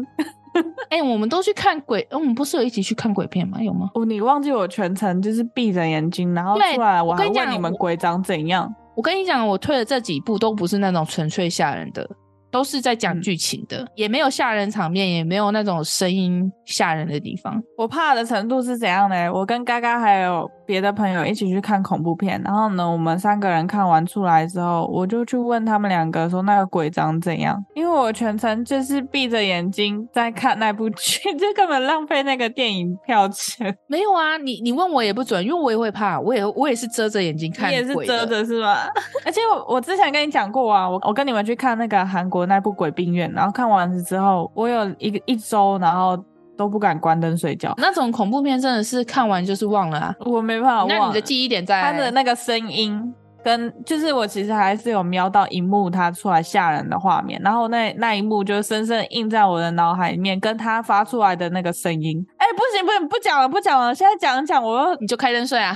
B: 哎、我们都去看鬼，呃我们不是有一起去看鬼片吗？有吗？
D: 哦，你忘记我全程就是闭着眼睛，然后
B: 对
D: 出来，我
B: 我跟
D: 还
B: 你
D: 问
B: 讲
D: 你们
B: 我
D: 鬼长怎样。
B: 我跟你讲，我推的这几部都不是那种纯粹吓人的，都是在讲
D: 嗯
B: 剧情的，也没有吓人场面，也没有那种声音吓人的地方。
D: 我怕的程度是怎样呢？我跟嘎嘎还有别的朋友一起去看恐怖片，然后呢，我们三个人看完出来之后，我就去问他们两个说那个鬼长怎样，因为我全程就是闭着眼睛在看那部剧， (laughs) 就根本浪费那个电影票钱。
B: 没有啊，你你问我也不准，因为我也会怕，我也我也是遮着眼睛看
D: 你
B: 鬼
D: 也
B: 的，
D: 是遮着是吧？ (laughs) 而且我我之前跟你讲过啊，我我跟你们去看那个韩国那部《鬼病院》，然后看完了之后，我有一个一周，然后都不敢关灯睡觉，
B: 那种恐怖片真的是看完就是忘了啊。
D: 我没办法忘了。
B: 那你的记忆点在
D: 他的那个声音跟就是我其实还是有瞄到一幕他出来吓人的画面，然后那那一幕就深深印在我的脑海里面，跟他发出来的那个声音。哎、不行不行，不讲了不讲了，现在讲一讲我又
B: 你就开灯睡啊？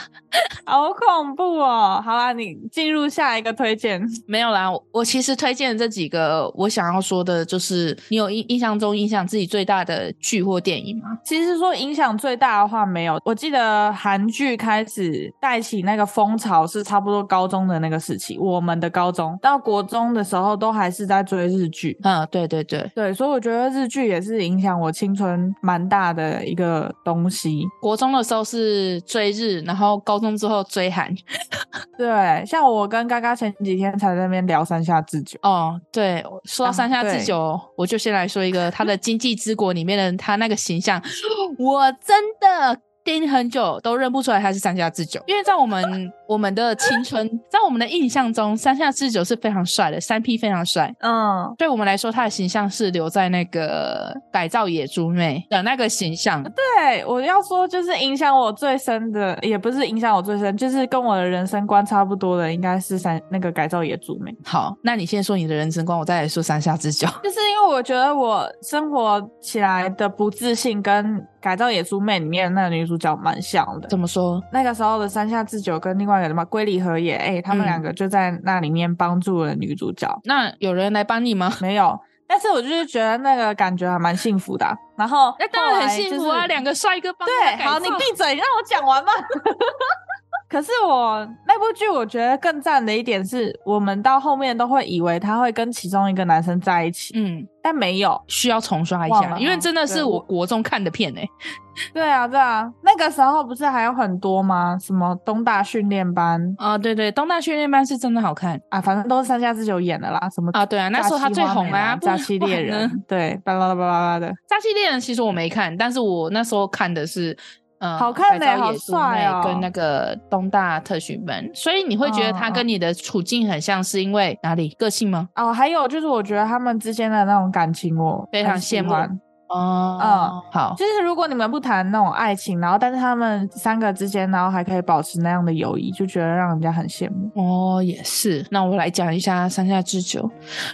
D: 好恐怖哦。好啦，你进入下一个推荐。
B: 没有啦，我我其实推荐的这几个我想要说的，就是你有印印象中影响自己最大的剧或电影吗？
D: 其实说影响最大的话没有，我记得韩剧开始带起那个风潮是差不多高中的那个时期，我们的高中到国中的时候都还是在追日剧。
B: 嗯，对对对，
D: 对，所以我觉得日剧也是影响我青春蛮大的一个东西。
B: 国中的时候是追日，然后高中之后追韩。
D: 对，像我跟嘎嘎前几天才在那边聊山下智久，
B: 哦，对，说到
D: 啊
B: 山下智
D: 对
B: 久，我就先来说一个他的《经济之国》里面的他那个形
D: (laughs)
B: 象，我真的盯很久都认不出来他是山下智久，因为在我们我们的青春，在我们的印象中，山下智久是非常帅的，三 P 非常帅。
D: 嗯，
B: 对我们来说，他的形象是留在那个改造野猪妹的那个形象，
D: 对，我要说就是影响我最深的，也不是影响我最深，就是跟我的人生观差不多的，应该是山那个改造野猪妹。
B: 好，那你先说你的人生观，我再来说山下智久。
D: 就是因为我觉得我生活起来的不自信跟改造野猪妹里面的那个女主角蛮像的。
B: 怎么说？
D: 那个时候的山下智久跟另外一个什么龟梨和也，哎、他们
B: 嗯
D: 两个就在那里面帮助了女主角。
B: 那有人来帮你吗？ (laughs)
D: 没有，但是我就是觉得那个感觉还蛮幸福的啊、然后
B: (laughs) 那当然
D: 后
B: 很
D: 来
B: 幸
D: 就
B: 福啊，
D: 是
B: 两个帅哥帮他
D: 对，
B: 改
D: 好，你
B: 造
D: 闭嘴，你让我讲完嘛。 (laughs) 可是我那部剧，我觉得更赞的一点是，我们到后面都会以为他会跟其中一个男生在一起，
B: 嗯，
D: 但没有。
B: 需要重刷一
D: 忘了
B: 下，
D: 哦
B: 因为真的是
D: 对
B: 我
D: 我
B: 国中看的片哎、
D: 对啊，对啊，那个时候不是还有很多吗？什么东大训练班
B: 啊、对对，东大训练班是真的好看
D: 啊，反正都是三下之久演的啦。什么
B: 啊，对啊，那时候他最红啊，不
D: 假期
B: 不
D: 猎
B: 然呢
D: 人，对，巴拉巴拉巴拉的，
B: 扎西猎人其实我没看，但是我那时候看的是，呃，
D: 好看嘞
B: 白
D: 好
B: 噪野树
D: 帅
B: 妹
D: 哦
B: 欸跟那个东大特训班，所以你会觉得他
D: 嗯嗯
B: 跟你的处境很像，是因为哪里个性吗？
D: 哦，还有就是，我觉得他们之间的那种感情，我
B: 非
D: 很
B: 常
D: 喜
B: 羡慕
D: 欢
B: 哦，好，
D: 就是如果你们不谈那种爱情，然后但是他们三个之间，然后还可以保持那样的友谊，就觉得让人家很羡慕。
B: 哦，也是。那我来讲一下山下智久，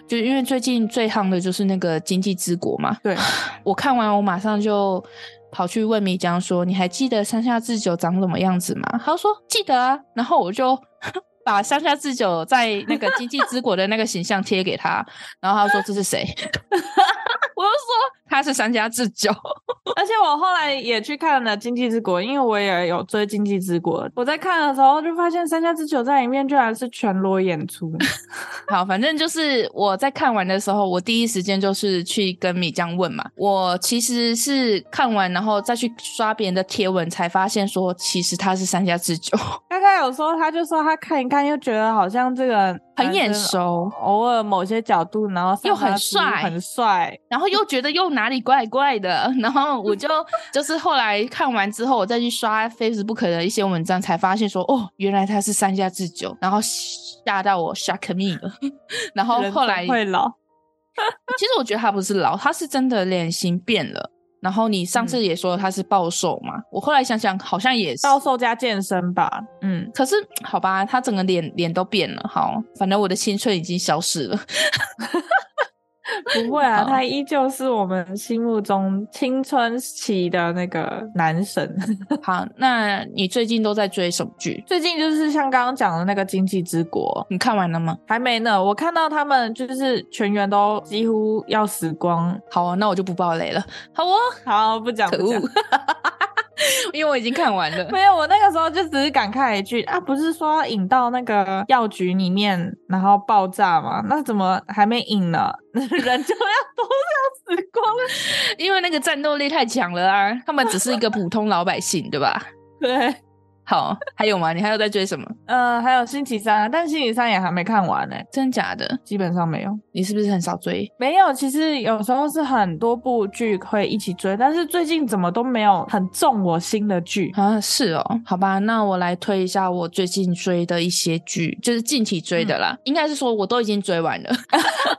B: 就因为最近最夯的就是那个《经济之国》嘛，
D: 对，
B: (sighs) 我看完，我马上就跑去问米江说：“你还记得山下智久长什么样子吗？”他说：“记得啊。”然后我就 (laughs) 把山下智久在那个经济之国的那个形象贴给他，然后他说：“这是谁？” (laughs) 我就说：“他是山下智久。
D: 而且我后来也去看了《经济之国》，因为我也有追《经济之国》。我在看的时候就发现三家之久在里面居然是全裸演出，”
B: 好，反正就是我在看完的时候，我第一时间就是去跟米江问嘛。我其实是看完，然后再去刷别人的贴文，才发现说，其实他是山下智久，
D: 刚刚有说他就说他看一看，又觉得好像这个
B: 很眼
D: 男生
B: 熟。
D: 偶尔某些角度，然后散
B: 又很
D: 发出
B: 帅
D: 很帅。
B: 然后又觉得又哪里怪怪的，然后我就就是后来看完之后，我再去刷 Facebook 的一些文章，才发现说哦，原来他是三下智久，然后吓到我 shock me 了。 (laughs) 然后
D: 人
B: 后
D: 总
B: 来，
D: 会老，
B: (laughs) 其实我觉得他不是老，他是真的脸型变了。然后你上次也说他是暴瘦嘛，我后来想想好像也是。
D: 到瘦加健身吧，
B: (laughs)
D: 嗯，
B: 可是好吧，他整个脸脸都变了，好，反正我的青春已经消失了。 (laughs)
D: 不会啊，
B: 好
D: 他依旧是我们心目中青春期的那个男神。 (laughs)
B: 好，那你最近都在追什么剧？
D: 最近就是像刚刚讲的那个《经济之国
B: 你看完了吗？》，
D: 还没呢。我看到他们就是全员都几乎要死光。 (laughs)
B: 好啊，那我就不爆雷了。好哦，
D: 好，不讲
B: 可
D: 不
B: 恶
D: 讲。，
B: 因为我已经看完
D: (laughs)
B: 了。
D: 没有，我那个时候就只是感慨一句啊，不是说要引到那个药局里面，然后爆炸吗？那怎么还没引呢？ (laughs) 人就要都是要死光了。
B: 因为那个战斗力太强了啊！他们只是一个普通老百姓，对吧？
D: 对，
B: 好，还有吗？你还有在追什么？
D: (laughs) 呃，还有星期三啊，但星期三也还没看完呢、
B: 真假的？
D: 基本上没有。
B: 你是不是很少追？
D: 没有，其实有时候是很多部剧会一起追，但是最近怎么都没有很中我心的剧。 (laughs)
B: 啊，是哦，好吧，那我来推一下我最近追的一些剧，就是近期追的
D: 嗯
B: 啦。应该是说我都已经追完了，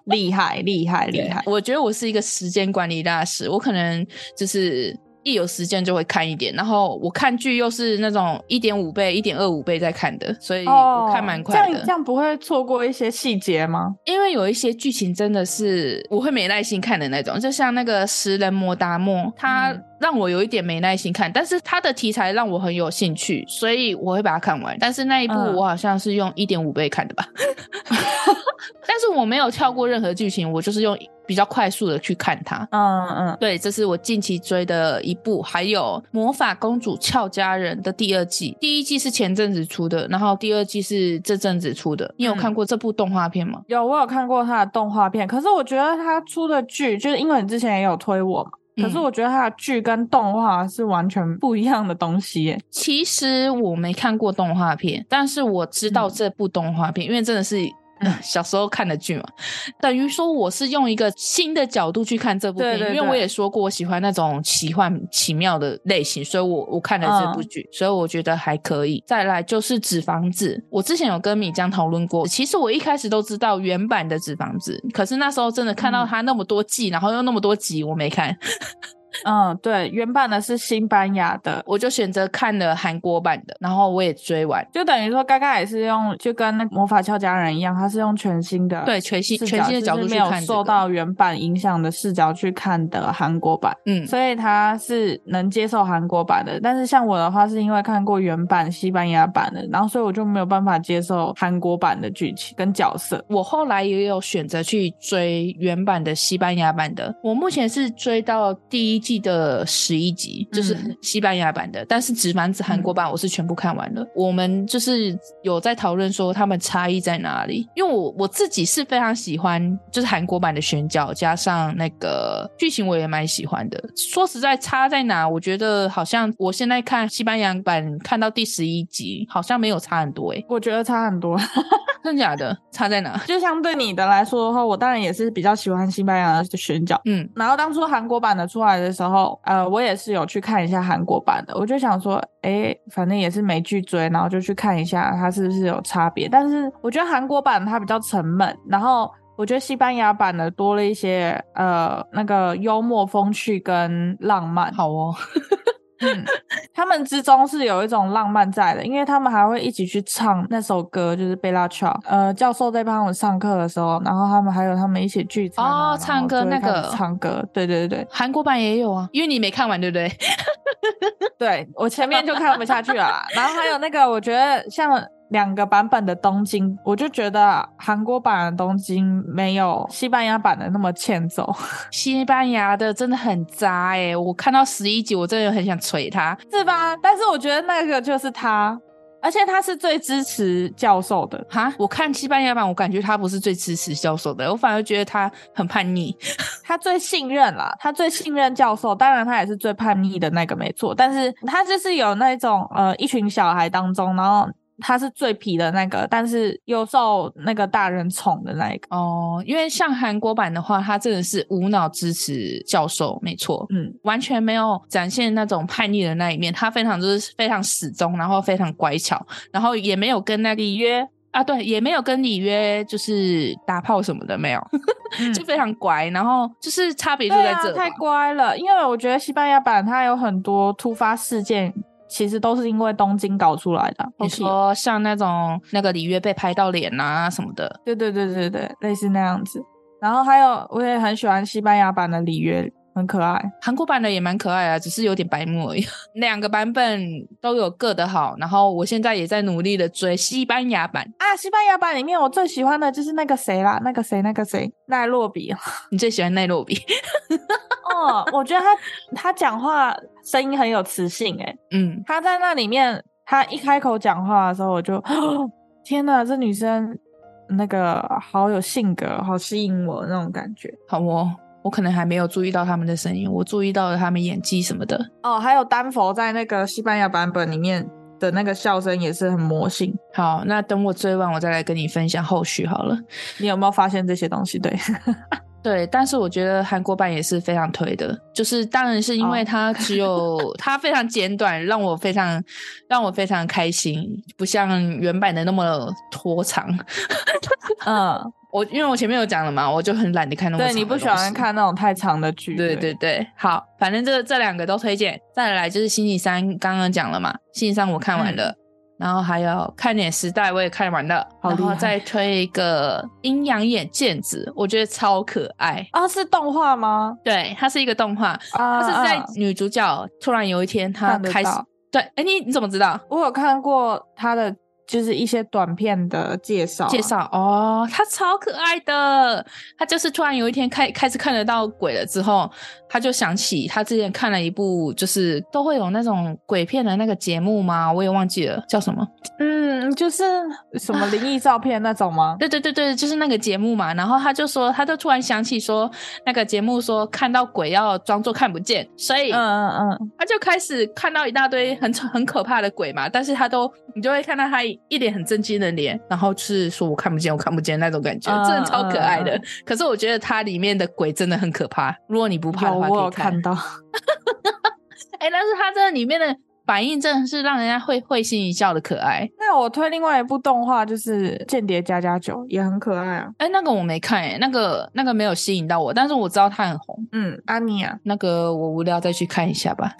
D: 厉害，厉害，厉害！
B: (laughs) 我觉得我是一个时间管理大师，我可能就是一有时间就会看一点，然后我看剧又是那种一点五倍、一点二五倍在看的，所以我看蛮快
D: 哦这
B: 的。
D: 样这样不会错过一些细节吗？
B: 因为有一些剧情真的是我会没耐心看的那种，就像那个《食人魔达摩》，它
D: 嗯
B: 让我有一点没耐心看，但是它的题材让我很有兴趣，所以我会把它看完。但是那一部
D: 嗯
B: 我好像是用一点五倍看的吧， (laughs) 但是我没有跳过任何剧情，我就是用比较快速的去看它。
D: 嗯嗯，
B: 对，这是我近期追的一部，还有《魔法公主俏佳人》的第二季，第一季是前阵子出的，然后第二季是这阵子出的。你有
D: 嗯
B: 看过这部动画片吗？
D: 有我有看过他的动画片，可是我觉得他出的剧，就是因为你之前也有推我嘛，可是
B: 嗯
D: 我觉得他的剧跟动画是完全不一样的东西耶。
B: 其实我没看过动画片，但是我知道
D: 嗯
B: 这部动画片，因为真的是。
D: 嗯
B: (laughs) 小时候看的剧嘛，等于说我是用一个新的角度去看这部片，
D: 对对
B: 因为我
D: 对
B: 也说过我喜欢那种奇幻奇妙的类型，所以我我看了这部
D: 嗯
B: 剧，所以我觉得还可以。再来就是《纸房子》，我之前有跟米江讨论过，其实我一开始都知道原版的《纸房子》，可是那时候真的看到
D: 嗯
B: 它那么多季，然后又那么多集，我没看，
D: 嗯，对，原版的是西班牙的，
B: 我就选择看了韩国版的，然后我也追完。
D: 就等于说嘎嘎也是用，就跟那个魔法俏佳人一样，他是用全新的
B: 对全新
D: 视
B: 全新的
D: 就
B: 角
D: 是
B: 度
D: 没
B: 去
D: 有
B: 看这
D: 受
B: 个
D: 到原版影响的视角去看的韩国版，
B: 嗯，
D: 所以他是能接受韩国版的。但是像我的话，是因为看过原版西班牙版的，然后所以我就没有办法接受韩国版的剧情跟角色。
B: 我后来也有选择去追原版的西班牙版的，我目前是追到第一季的十一集，就是
D: 嗯
B: 西班牙版的，但是直男子韩国版我是全部看完了。我们就是有在讨论说他们差异在哪里，因为我我自己是非常喜欢，就是韩国版的选角加上那个剧情我也蛮喜欢的。说实在差在哪，我觉得好像我现在看西班牙版看到第十一集，好像没有差很多诶、
D: 我觉得差很多。
B: 真的假的？差在哪？
D: 就相对你的来说的话，我当然也是比较喜欢西班牙的选角。
B: 嗯
D: 然后当初韩国版的出来的时候，呃，我也是有去看一下韩国版的，我就想说，诶，反正也是没剧追，然后就去看一下它是不是有差别。但是我觉得韩国版它比较沉闷，然后我觉得西班牙版的多了一些呃那个幽默风趣跟浪漫。
B: 好哦，
D: 嗯，他们之中是有一种浪漫在的，因为他们还会一起去唱那首歌，就是贝拉乔。呃，教授在帮我们上课的时候，然后他们还有他们一起聚餐啊、然
B: 哦
D: 后
B: 唱歌
D: 就会
B: 那
D: 开始
B: 个
D: 唱歌，对对对
B: 韩国版也有啊，因为你没看完，对不对？ (laughs)
D: 对，对我前面就看不下去了
B: (laughs)
D: 啦。然后还有那个，我觉得像两个版本的东京，我就觉得韩国版的东京没有西班牙版的那么欠揍。
B: 西班牙的真的很渣哎、我看到十一集，我真的很想捶他。
D: 是吧？但是我觉得那个就是他，而且他是最支持教授的。
B: 哈，我看西班牙版，我感觉他不是最支持教授的，我反而觉得他很叛逆。
D: 他最信任啦，他最信任教授，当然他也是最叛逆的那个，没错。但是他就是有那种呃，一群小孩当中，然后他是最皮的那个，但是又受那个大人宠的那一个。
B: 哦，因为像韩国版的话，他真的是无脑支持教授，没错，
D: 嗯，
B: 完全没有展现那种叛逆的那一面。他非常就是非常始终，然后非常乖巧，然后也没有跟那里约啊，对，也没有跟里约就是打炮什么的，没有，
D: (laughs) 嗯
B: 就非常乖。然后就是差别就
D: 对
B: 在
D: 啊
B: 这，吧、
D: 太乖了。因为我觉得西班牙版它有很多突发事件，其实都是因为东京搞出来的。啊
B: 你
D: 都是
B: 说像那种那个里约被拍到脸啊什么的，
D: 对对对对对，类似那样子。然后还有，我也很喜欢西班牙版的里约，很可爱。
B: 韩国版的也蛮可爱啊，只是有点白目而已。 (laughs) 两个版本都有各的好，然后我现在也在努力的追西班牙版。
D: 啊，西班牙版里面我最喜欢的就是那个谁啦，那个谁，那个谁，奈洛比。 (laughs)
B: 你最喜欢奈洛比？
D: 哦，我觉得他他讲话声音很有磁性，诶，
B: 嗯，
D: 他在那里面，他一开口讲话的时候，我就 (sniffs) 天哪，这女生那个好有性格，好吸引我的那种感觉。
B: 好哦，我可能还没有注意到他们的声音，我注意到了他们演技什么的。
D: 哦，还有丹佛在那个西班牙版本里面的那个笑声也是很魔性。
B: 好，那等我追完，我再来跟你分享后续好了。
D: 你有没有发现这些东西？对， (laughs)
B: 对，但是我觉得韩国版也是非常推的，就是当然是因为
D: 哦
B: 它只有、
D: (laughs)
B: 它非常简短，让我非常让我非常开心，不像原版的那么拖长。 (laughs)
D: 嗯，
B: 我因为我前面有讲了嘛，我就很懒得看那么
D: 对
B: 长
D: 你
B: 的
D: 不喜
B: 东
D: 欢
B: 西
D: 看那种太长的剧。
B: 对对对，好，反正这这两个都推荐。再来就是星期三，刚刚讲了嘛，星期三我看完了，然后还有《看脸时代》我也看完了，
D: 嗯好
B: 然
D: 厉
B: 后
D: 害
B: 再推一个《阴阳眼剑子》，我觉得超可爱。
D: 啊，是动画吗？
B: 对，它是一个动画，
D: 啊，
B: 它是在
D: 啊
B: 女主角突然有一天她
D: 看得
B: 开始
D: 到
B: 对，哎，你你怎么知道？
D: 我有看过他的，就是一些短片的介绍啊、
B: 介绍哦，她超可爱的。她就是突然有一天开开始看得到鬼了之后，她就想起她之前看了一部，就是都会有那种鬼片的那个节目吗？我也忘记了叫什么。
D: 嗯，就是什么灵异照片那种吗？
B: 对对对对，就是那个节目嘛。然后她就说，她就突然想起说那个节目说看到鬼要装作看不见，所以
D: 嗯嗯嗯，
B: 他就开始看到一大堆很很可怕的鬼嘛，但是他都你就会看到他一一脸很震惊的脸，然后就是说我看不见，我看不见那种感觉，
D: 嗯
B: 真的超可爱的。
D: 嗯
B: 可是我觉得它里面的鬼真的很可怕，如果你不怕
D: 有
B: 的话
D: 我
B: 可
D: 有
B: 以看
D: 看。到， (laughs)
B: 哎、但是它这里面的反应真的是让人家会会心一笑的可爱。
D: 那我推另外一部动画就是《间谍加加酒》，也很可爱啊。
B: 哎、那个我没看、哎，那个那个没有吸引到我，但是我知道它很红。
D: 嗯，安妮啊， (laughs)
B: 那个我无聊再去看一下吧，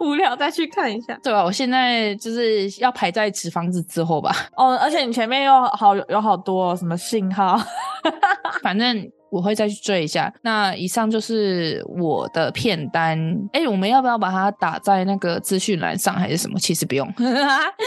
D: 无聊再去看一下
B: 对啊吧、我现在就是要排在纸房子之后吧。
D: 哦。而且你前面有好有好多什么信
B: 哦
D: 号，
B: 反正我会再去追一下。那以上就是我的片单。哎，我们要不要把它打在那个资讯栏上，还是什么？其实不用， (laughs)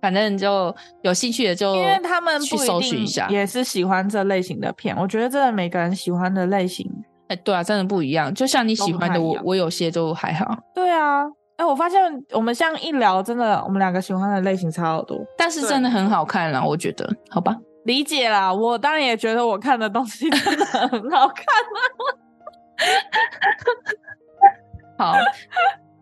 B: 反正就有兴趣的就
D: 因为他们
B: 去
D: 不
B: 搜
D: 定
B: 寻一下。
D: 也是喜欢这类型的片。我觉得真的每个人喜欢的类型
B: 哎，对啊，真的不一样。就像你
D: 都
B: 喜
D: 不
B: 欢
D: 太
B: 的，
D: 一
B: 我
D: 样
B: 我有些就还好，
D: 对啊，哎、我发现我们像一聊，真的我们两个喜欢的类型差好多。
B: 但是
D: 对
B: 真的很好看啦，我觉得，好吧。
D: 理解啦，我当然也觉得我看的东西 (laughs) 真的很好看，
B: 好，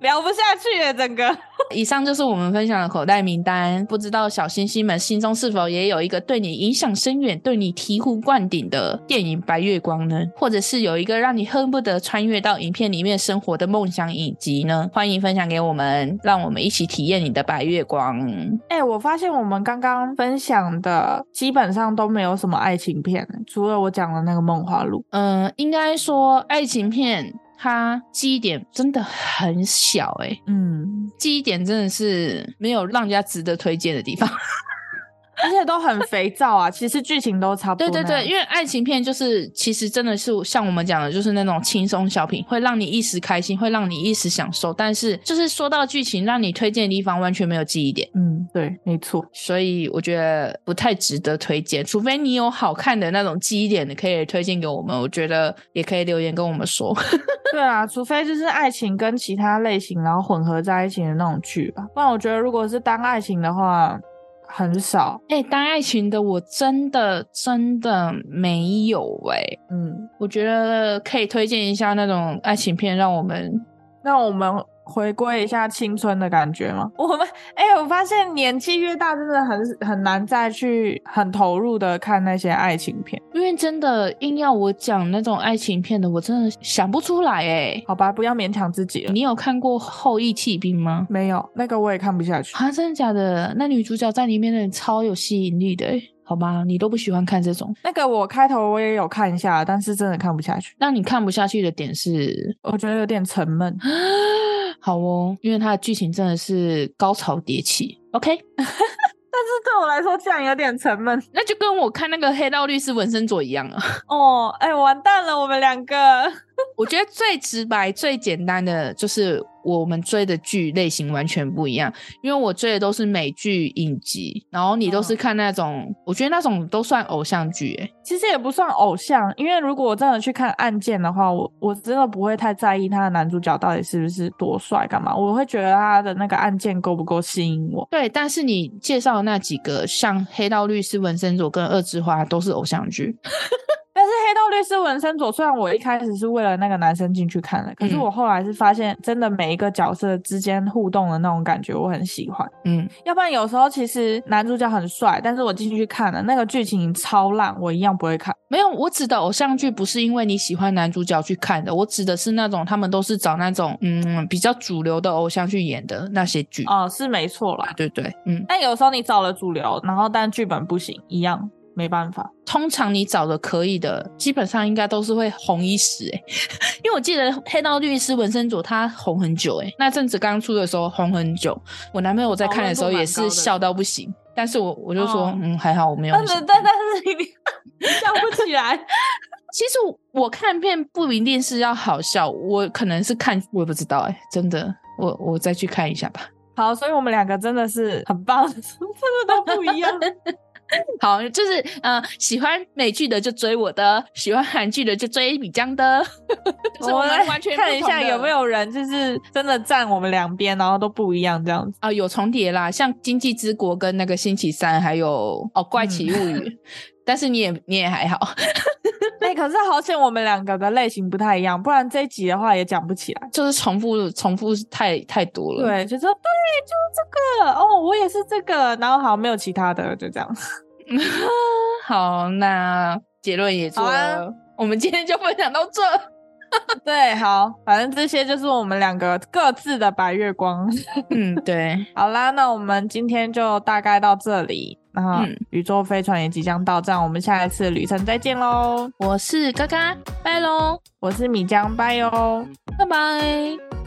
D: 聊不下去了，整个。
B: 以上就是我们分享的口袋名单。不知道小星星们心中是否也有一个对你影响深远、对你醍醐灌顶的电影《白月光》呢？或者是有一个让你恨不得穿越到影片里面生活的梦想影集呢？欢迎分享给我们，让我们一起体验你的白月光。
D: 哎、我发现我们刚刚分享的基本上都没有什么爱情片，除了我讲的那个《梦华录》。
B: 嗯，应该说爱情片它基点真的很小诶、
D: 嗯，
B: 基点真的是没有让人家值得推荐的地方。
D: 而且都很肥皂啊，其实剧情都差不多
B: 对
D: 那
B: 对
D: 样。
B: 对，因为爱情片就是其实真的是像我们讲的，就是那种轻松小品，会让你一时开心，会让你一时享受，但是就是说到剧情，让你推荐的地方完全没有记忆点。
D: 嗯，对，没错。
B: 所以我觉得不太值得推荐，除非你有好看的那种记忆点的，可以推荐给我们。我觉得也可以留言跟我们说。 (laughs)
D: 对啊，除非就是爱情跟其他类型然后混合在一起的那种剧吧，不然我觉得如果是单爱情的话，很少。
B: 哎、当爱情的我真的真的没有哎、
D: 嗯，
B: 我觉得可以推荐一下那种爱情片，让我们
D: 那我们回归一下青春的感觉吗？我们哎、我发现年纪越大，真的很很难再去很投入的看那些爱情片。
B: 因为真的硬要我讲那种爱情片的，我真的想不出来哎、
D: 好吧，不要勉强自己了。
B: 你有看过《后羿弃兵》吗？
D: 没有那个我也看不下去。
B: 啊，真的假的？那女主角在里面的超有吸引力的、欸，好吗？你都不喜欢看这种，
D: (laughs) 那个我开头我也有看一下，但是真的看不下去，
B: 让你看不下去的点是， (gasps)
D: 我觉得有点沉 (laughs) 闷。
B: 好哦，因为它的剧情真的是高潮迭起。OK，
D: 但是对我来说，这样有点沉闷。
B: 那就跟我看那个《黑道律师文森佐》一样啊。
D: 哦，哎、完蛋了，我们两个。
B: 我觉得最直白、最简单的就是我们追的剧类型完全不一样，因为我追的都是美剧影集，然后你都是
D: 嗯
B: 看那种，我觉得那种都算偶像剧、欸，
D: 其实也不算偶像，因为如果我真的去看案件的话，我我真的不会太在意他的男主角到底是不是多帅干嘛，我会觉得他的那个案件够不够吸引我。
B: 对，但是你介绍的那几个，像《黑道律师》《文森佐》跟《二之花》都是偶像剧，
D: 但是《黑道律师文森佐》虽然我一开始是为了那个男生进去看的，可是
B: 嗯
D: 我后来是发现，真的每一个角色之间互动的那种感觉，我很喜欢。
B: 嗯，
D: 要不然有时候其实男主角很帅，但是我进去看了那个剧情超烂，我一样不会看。
B: 没有，我指的偶像剧不是因为你喜欢男主角去看的，我指的是那种他们都是找那种嗯比较主流的偶像去演的那些剧，
D: 哦、是没错啦。
B: 对对对，嗯。
D: 但有时候你找了主流，然后但剧本不行，一样没办法。
B: 通常你找的可以的，基本上应该都是会红一时哎、 (laughs) 因为我记得《黑道律师》文森佐他红很久哎、那阵子刚出的时候红很久，我男朋友在看的时候也
D: 讨
B: 是
D: 论度蛮高的
B: 笑到不行，但是我我就说、
D: 哦
B: 嗯还好我没有
D: 但
B: 很想
D: 是
B: 看，
D: 但但是你 (laughs) 你笑不起来，
B: 其实我看片不一定是要好笑，我可能是看我也不知道哎、真的我我再去看一下吧。
D: (laughs) 好，所以我们两个真的 (laughs) 是很棒，真的都不一 (laughs) 样。
B: 好，就是呃，喜欢美剧的就追我的，喜欢韩剧的就追米江的。 (laughs) 就是
D: 我
B: 我
D: 来
B: 们完全不
D: 看一
B: 同
D: 下
B: 的
D: 有没有人就是真的站我们两边，然后都不一样这样子。 (laughs)
B: 啊、有重叠啦，像《经济之国》跟那个《星期三》，还有哦《怪奇物语》 (laughs) 但是你也你也还好， (laughs)
D: 哎、可是好险我们两个的类型不太一样，不然这一集的话也讲不起来。
B: 就是重复重复太太多了。，
D: 对，就说对，就是这个哦，我也是这个，然后好没有其他的，就这样。 (laughs)
B: (laughs) 好，那结论也做
D: 好
B: 了，
D: 啊
B: 我们今天就分享到这。
D: 对，好，反正这些就是我们两个各自的白月光。
B: 嗯，对，
D: 好啦，那我们今天就大概到这里。那
B: 嗯
D: 宇宙飞船也即将到站，我们下一次旅程再见喽！
B: 我是嘎嘎，拜喽，
D: 哦我是米江，拜哟。
B: 拜拜。